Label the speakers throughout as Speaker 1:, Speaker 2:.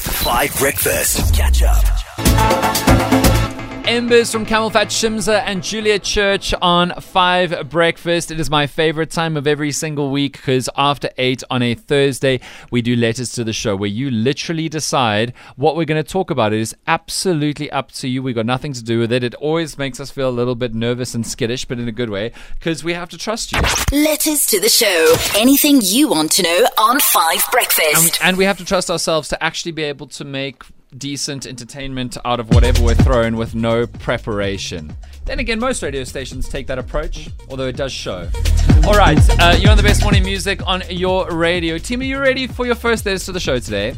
Speaker 1: Five Breakfast. Catch up.
Speaker 2: Embers from Camel Fat Shimza and Julia Church on Five Breakfast. It is my favorite time of every single week because after eight on a Thursday, we do letters to the show where you literally decide what we're going to talk about. It is absolutely up to you. We've got nothing to do with it. It always makes us feel a little bit nervous and skittish, but in a good way because we have to trust you.
Speaker 3: Letters to the show. Anything you want to know on Five
Speaker 2: And we,
Speaker 3: Breakfast.
Speaker 2: and we have to trust ourselves to actually be able to make decent entertainment out of whatever we're thrown with no preparation. Then again, most radio stations take that approach, although it does show. All right, uh, you're on the best morning music on your radio. Team, are you ready for your first letters to the show today?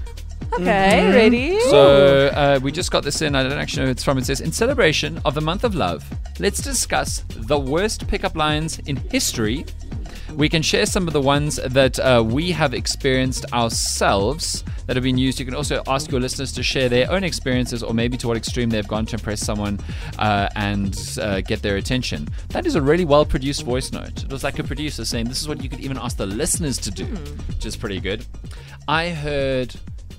Speaker 4: Okay, ready?
Speaker 2: So uh, we just got this in. I don't actually know who it's from. It says, in celebration of the month of love, let's discuss the worst pickup lines in history. We can share some of the ones that uh, we have experienced ourselves that have been used. You can also ask your listeners to share their own experiences or maybe to what extreme they've gone to impress someone uh, and uh, get their attention. That is a really well produced voice note. It was like a producer saying, This is what you could even ask the listeners to do, which is pretty good. I heard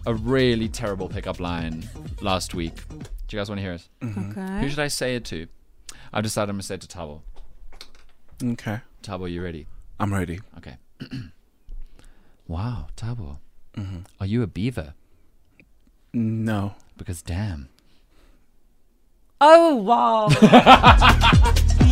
Speaker 2: a really terrible pickup line last week. Do you guys want to hear it? Who
Speaker 4: Okay.
Speaker 2: should I say it to? I've decided I'm going to say it to Tabo.
Speaker 5: Okay.
Speaker 2: Tabo, you ready?
Speaker 5: I'm ready.
Speaker 2: Okay. wow, Tabo. Are you a beaver?
Speaker 5: No.
Speaker 2: Because damn.
Speaker 4: Oh wow.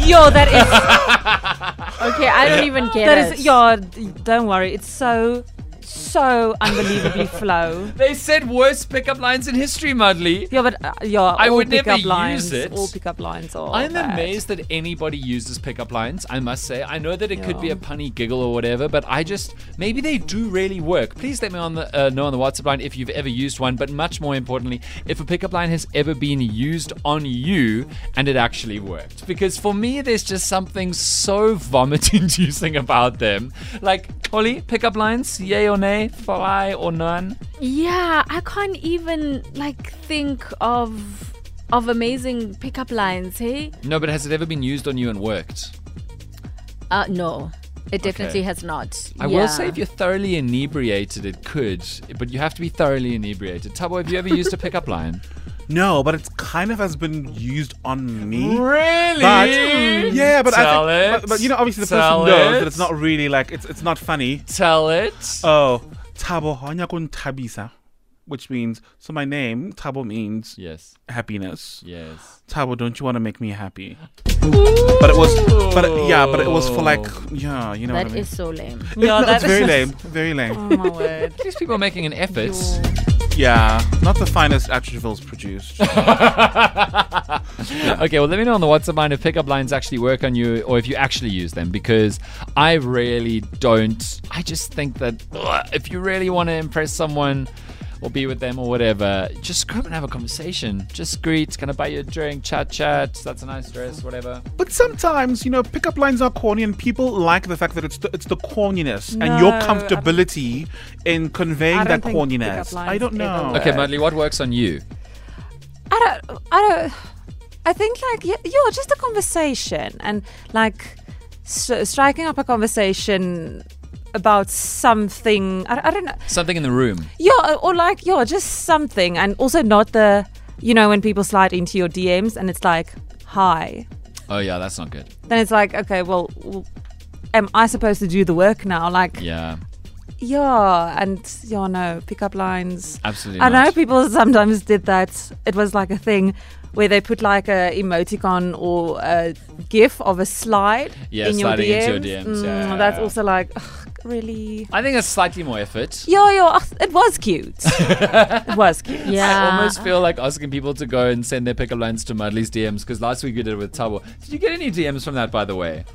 Speaker 4: Yo, that is
Speaker 6: Okay, I don't even get
Speaker 4: that
Speaker 6: it.
Speaker 4: is yeah, d- don't worry. It's so so unbelievably flow.
Speaker 2: They said worst pickup lines in history, Mudley.
Speaker 4: Yeah, but uh, yeah,
Speaker 2: I
Speaker 4: all
Speaker 2: would never
Speaker 4: pickup
Speaker 2: use
Speaker 4: lines,
Speaker 2: it.
Speaker 4: all pickup lines are
Speaker 2: I'm
Speaker 4: bad.
Speaker 2: amazed that anybody uses pickup lines, I must say. I know that it could be a punny giggle or whatever, but I just, maybe they do really work. Please let me on the, uh, know on the WhatsApp line if you've ever used one, but much more importantly, if a pickup line has ever been used on you and it actually worked. Because for me, there's just something so vomit inducing about them. Like, Oli, pickup lines, yay or nay, fly or none.
Speaker 6: yeah, I can't even like think of of amazing pickup lines. Hey,
Speaker 2: No, but has it ever been used on you and worked?
Speaker 6: uh, no, it definitely has not.
Speaker 2: I
Speaker 6: Yeah.
Speaker 2: will say if you're thoroughly inebriated, it could, but you have to be thoroughly inebriated. Tabo, have you ever used a pickup line?
Speaker 5: No, but it's kind of has been used on me.
Speaker 2: Really?
Speaker 5: But Mm. yeah, but
Speaker 2: Tell
Speaker 5: I think,
Speaker 2: it.
Speaker 5: But, but you know, obviously the
Speaker 2: Tell
Speaker 5: person knows
Speaker 2: it.
Speaker 5: that it's not really like it's it's not funny.
Speaker 2: Tell it.
Speaker 5: Oh, Tabo Hanyakun Tabisa, which means so my name Tabo means
Speaker 2: yes,
Speaker 5: happiness.
Speaker 2: yes.
Speaker 5: Tabo, don't you want to make me happy? But it was, but yeah, but it was for like yeah, you know
Speaker 6: that
Speaker 5: what I mean.
Speaker 6: is so lame.
Speaker 5: It-
Speaker 4: Yeah,
Speaker 5: no,
Speaker 4: that
Speaker 5: it's very
Speaker 4: is-
Speaker 5: lame, very lame.
Speaker 4: Oh my word.
Speaker 2: At least people are making an effort.
Speaker 5: yeah, not the finest attributes produced.
Speaker 2: Okay, well, let me know on the WhatsApp line if pickup lines actually work on you or if you actually use them because I really don't. I just think that ugh, if you really want to impress someone or be with them or whatever, just go up and have a conversation. Just greet, can I buy you a drink, chat, chat, that's a nice dress, whatever.
Speaker 5: But sometimes, you know, pickup lines are corny, and people like the fact that it's the, it's the corniness and your
Speaker 4: No, I don't-
Speaker 5: comfortability in
Speaker 4: I
Speaker 5: conveying
Speaker 4: don't
Speaker 5: that
Speaker 4: think pickup
Speaker 5: corniness. I
Speaker 4: lines
Speaker 5: don't
Speaker 4: ever
Speaker 5: know.
Speaker 4: work.
Speaker 2: Okay, Mudley, what works on you?
Speaker 4: I don't. I don't. I think like yeah, yeah just a conversation and like stri- striking up a conversation about something. I, I don't know.
Speaker 2: Something in the room.
Speaker 4: Yeah, uh, or like yeah, just something, and also not the you know when people slide into your DMs and it's like hi,
Speaker 2: Oh, yeah, that's not good.
Speaker 4: then it's like okay, well, w am I supposed to do the work now? Like
Speaker 2: Yeah,
Speaker 4: yeah, and yeah, no pickup lines.
Speaker 2: absolutely.
Speaker 4: I know
Speaker 2: not.
Speaker 4: people sometimes did that. It was like a thing where they put like a emoticon or a gif of a slide
Speaker 2: Yeah,
Speaker 4: in your
Speaker 2: sliding
Speaker 4: DMs.
Speaker 2: into your DMs,
Speaker 4: Mm,
Speaker 2: yeah, yeah,
Speaker 4: that's
Speaker 2: yeah.
Speaker 4: also like ugh, really.
Speaker 2: I think that's slightly more effort.
Speaker 4: Yo, yo, ugh, it was cute. it was cute.
Speaker 6: Yeah,
Speaker 2: I almost feel like asking people to go and send their pickup lines to Mudley's DMs because last week we did it with Tabo. Did you get any DMs from that, by the way?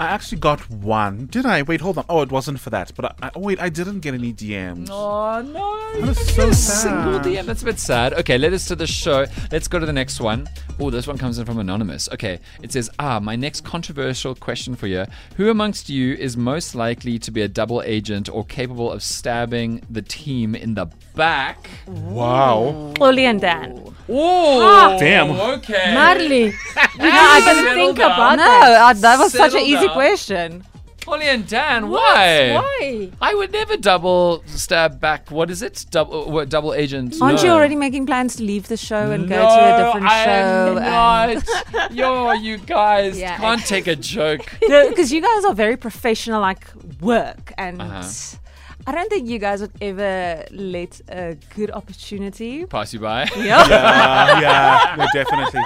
Speaker 5: I actually got one. Did I? Wait, hold on. Oh, it wasn't for that. But I, I, oh, wait, I didn't get any DMs.
Speaker 2: Oh no!
Speaker 5: That is
Speaker 2: Not
Speaker 5: so
Speaker 2: a single
Speaker 5: sad.
Speaker 2: DM. That's a bit sad. Okay, let us to the show. Let's go to the next one. Oh, this one comes in from anonymous. Okay, it says, "Ah, my next controversial question for you: Who amongst you is most likely to be a double agent or capable of stabbing the team in the back?"
Speaker 5: Wow.
Speaker 4: Oli and Dan.
Speaker 2: Oh,
Speaker 5: Damn.
Speaker 2: Okay.
Speaker 6: Marley,
Speaker 2: You
Speaker 6: I didn't think about
Speaker 4: No, I, that was such an
Speaker 2: Settle
Speaker 4: easy
Speaker 2: down.
Speaker 4: question.
Speaker 2: Ollie and Dan,
Speaker 6: What?
Speaker 2: why?
Speaker 6: Why?
Speaker 2: I would never double stab back. What is it? Double uh, what, double agent.
Speaker 4: Aren't
Speaker 2: No.
Speaker 4: you already making plans to leave the show and
Speaker 2: no,
Speaker 4: go to a different
Speaker 2: I
Speaker 4: show?
Speaker 2: am not. Yo, you guys
Speaker 6: Yeah.
Speaker 2: can't take a joke.
Speaker 4: Because you guys are very professional, like work, and
Speaker 2: Uh-huh.
Speaker 4: I don't think you guys would ever let a good opportunity.
Speaker 2: Pass you by.
Speaker 5: Uh, yeah, no, definitely.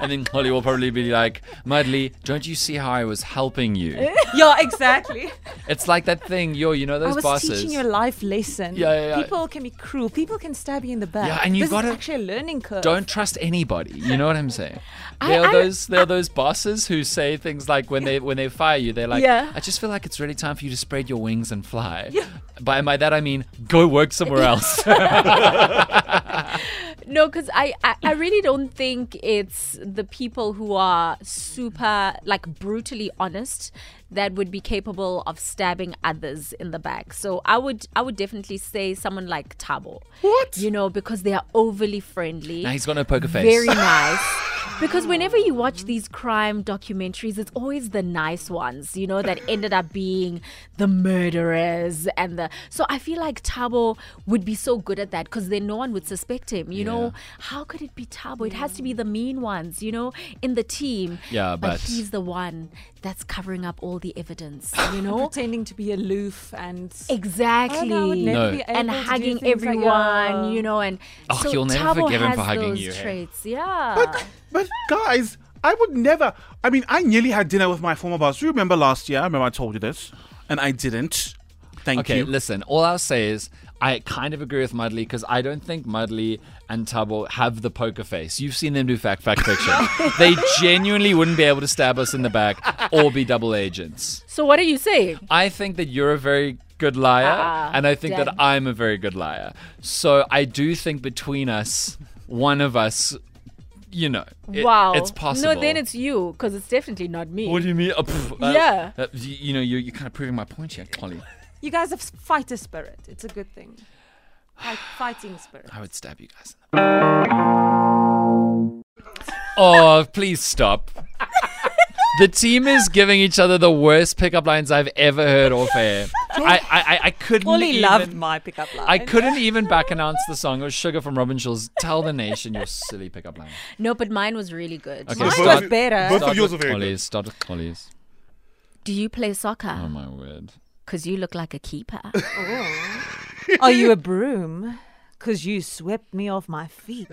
Speaker 2: And then Holly will probably be like, Mudley, don't you see how I was helping you?
Speaker 4: yeah, exactly.
Speaker 2: It's like that thing, yo, you know those
Speaker 4: I was
Speaker 2: bosses.
Speaker 4: teaching you a life lesson.
Speaker 2: Yeah, yeah, yeah.
Speaker 4: People can be cruel. People can stab you in the back.
Speaker 2: Yeah, and you
Speaker 4: this
Speaker 2: gotta-
Speaker 4: is actually a learning curve.
Speaker 2: don't trust anybody. You know what I'm saying?
Speaker 6: I-
Speaker 2: There are
Speaker 6: I-
Speaker 2: those there are those bosses who say things like when they when they fire you, they're like,
Speaker 6: Yeah.
Speaker 2: I just feel like it's really time for you to spread your wings and fly. By by that I mean go work somewhere else.
Speaker 6: No, because I, I, I really don't think it's the people who are super, like, brutally honest that would be capable of stabbing others in the back. So I would I would definitely say someone like Tabo. What? You know, because they are overly friendly.
Speaker 2: now he's gonna poke a face.
Speaker 6: Very nice. Because whenever you watch these crime documentaries, it's always the nice ones, you know, that ended up being the murderers and the. So I feel like Tabo would be so good at that because then no one would suspect him. You know, how could it be Tabo? It has to be the mean ones, you know, in the team.
Speaker 2: Yeah, but-
Speaker 6: he's the one that's covering up all the evidence, you know.
Speaker 4: pretending to be aloof and
Speaker 6: exactly.
Speaker 4: Oh, no, I would never
Speaker 2: No.
Speaker 4: be able
Speaker 6: And
Speaker 4: to do
Speaker 6: hugging
Speaker 4: things like- "Oh,
Speaker 6: everyone,
Speaker 4: Yeah.
Speaker 6: you know, and
Speaker 2: Ugh,
Speaker 6: so
Speaker 2: Oh, you'll never
Speaker 6: Thabo
Speaker 2: forgive him
Speaker 6: has
Speaker 2: for hugging
Speaker 6: those
Speaker 2: you, hey?
Speaker 6: Traits, yeah.
Speaker 5: But guys, I would never. I mean, I nearly had dinner with my former boss. You remember last year? I remember I told you this, and I didn't. Thank
Speaker 2: Okay,
Speaker 5: you.
Speaker 2: listen, all I'll say is I kind of agree with Mudley because I don't think Mudley and Tabo have the poker face. You've seen them do fact fact fiction. they genuinely wouldn't be able to stab us in the back or be double agents.
Speaker 6: So what are you saying?
Speaker 2: I think that you're a very good liar,
Speaker 6: Ah,
Speaker 2: and I think that
Speaker 6: damn.
Speaker 2: I'm a very good liar. So I do think between us, one of us, you know, it-
Speaker 6: wow.
Speaker 2: it's possible.
Speaker 6: No, then it's you, because it's definitely not me.
Speaker 2: What do you mean? Oh, pff, uh,
Speaker 6: Yeah.
Speaker 2: uh, you, you know, you're, you're kind of proving my point here, Collie.
Speaker 4: You guys have s- fighter spirit. It's a good thing. Like fighting spirit.
Speaker 2: I would stab you guys. In the oh, please stop. The team is giving each other the worst pickup lines I've ever heard off air. I, I, I, I couldn't.
Speaker 4: Ollie
Speaker 2: even-
Speaker 4: loved my pickup line.
Speaker 2: I couldn't even back announce the song. It was Sugar from Robin Schulz. Tell the nation your silly pickup line.
Speaker 6: no, but mine was really good.
Speaker 2: Okay.
Speaker 4: Mine
Speaker 2: Start-
Speaker 4: was better.
Speaker 5: both-
Speaker 2: Start
Speaker 5: yours
Speaker 2: with
Speaker 5: are very good.
Speaker 2: Collies. Start with Collies.
Speaker 6: Do you play
Speaker 2: Oh
Speaker 6: soccer?
Speaker 2: my word.
Speaker 6: Because you look like a keeper.
Speaker 4: Are you a broom? Because you swept me off my feet.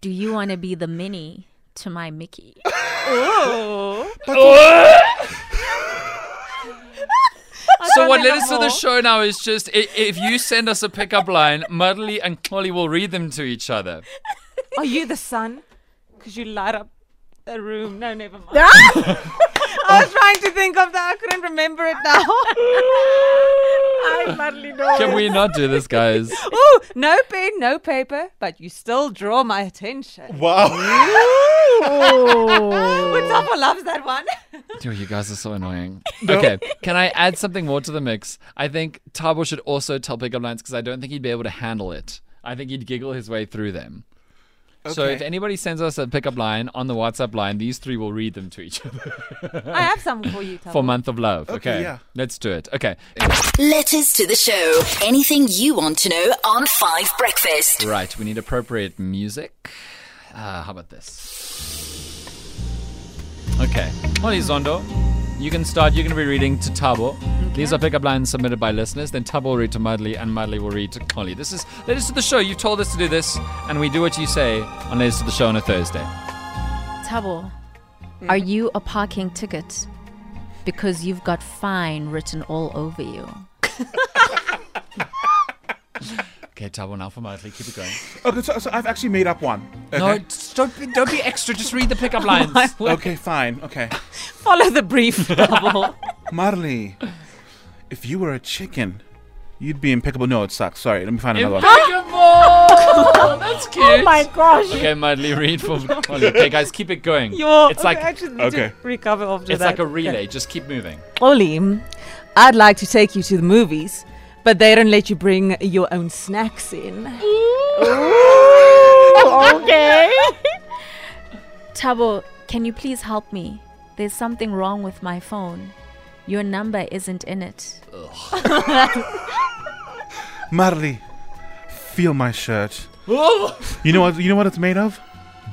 Speaker 6: do you want to be the mini to my Mickey?
Speaker 2: So what led us to the show now is just i- if you send us a pickup line, Mudley and Collie will read them to each other.
Speaker 4: Are you the sun? Because you light up a room. No, never mind. I was trying to think of that. I couldn't remember it now. I hardly know.
Speaker 2: Can we not do this, guys?
Speaker 4: Ooh, no pen, no paper, but you still draw my attention.
Speaker 5: Wow.
Speaker 4: Mustafa loves that one.
Speaker 2: Yo, you guys are so annoying. Okay, can I add something more to the mix? I think Tabo should also tell pickup lines because I don't think he'd be able to handle it. I think he'd giggle his way through them. So
Speaker 5: Okay.
Speaker 2: if anybody sends us a pickup line on the WhatsApp line, these three will read them to each other
Speaker 4: I have some for you, Tabo.
Speaker 2: for month of love. Okay,
Speaker 5: Okay, yeah.
Speaker 2: let's do it. Okay,
Speaker 3: Letters to the show. Anything you want to know on 5 Breakfast.
Speaker 2: right. We need appropriate music. Uh, how about this? Okay, Holly Zondo, you can start. You're going to be reading to Tabo. These are pickup lines submitted by listeners. Then Tabo will read to Mudley, and Mudley will read to Holly. This is letters to the show. You've told us to do this, and we do what you say on letters to the show on a Thursday.
Speaker 6: Tabo, are you a parking ticket? Because you've got fine written all over you.
Speaker 2: Okay, Tabo, now for Mudley. Keep it going.
Speaker 5: Okay, so, so I've actually made up one. Okay.
Speaker 2: No, it's- don't be, don't be extra. Just read the pickup lines.
Speaker 5: Okay, fine. Okay.
Speaker 4: Follow the brief, Tabo.
Speaker 5: Marley, if you were a chicken, you'd be impeccable. No, it sucks. Sorry, let me find another one.
Speaker 2: Impeccable! That's cute. Oh my
Speaker 4: gosh.
Speaker 2: Okay, Madly, read for Molly. Okay, guys, keep it going.
Speaker 4: You're,
Speaker 2: it's like
Speaker 4: actually need
Speaker 5: Okay.
Speaker 4: to recover after
Speaker 2: it's
Speaker 4: that.
Speaker 2: like a relay. Just keep moving.
Speaker 4: Ollie, I'd like to take you to the movies, but they don't let you bring your own snacks in.
Speaker 6: Okay. Tabo, can you please help me? There's something wrong with my phone. Your number isn't in it.
Speaker 5: Marley, feel my shirt. you know what? You know what it's made of?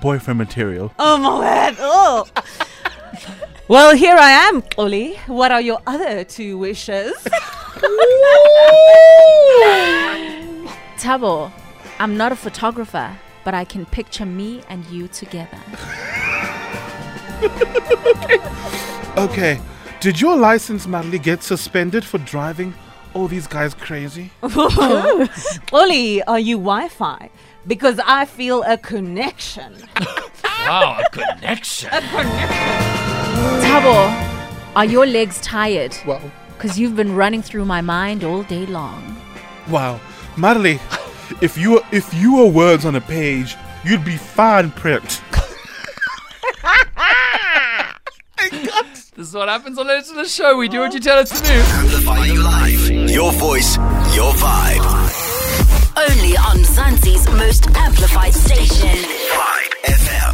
Speaker 5: Boyfriend material.
Speaker 4: Oh my word! Oh. well, here I am, Oli. What are your other two wishes?
Speaker 6: Tabo, I'm not a photographer, but I can picture me and you together.
Speaker 5: Okay. Did your license, Marley, get suspended for driving all these guys crazy?
Speaker 4: Oli, are you Wi-Fi? Because I feel a connection.
Speaker 2: Wow, a connection.
Speaker 6: Tabo, are your legs tired? Well, because you've been running through my mind all day long.
Speaker 5: Wow, Marley, if you were, if you were words on a page, you'd be fine print.
Speaker 2: This is what happens on Let's the Show. We do what you tell us to do.
Speaker 1: Amplify your life. Your voice, your vibe.
Speaker 3: Only on Zanzi's most amplified station.
Speaker 1: Vibe FM.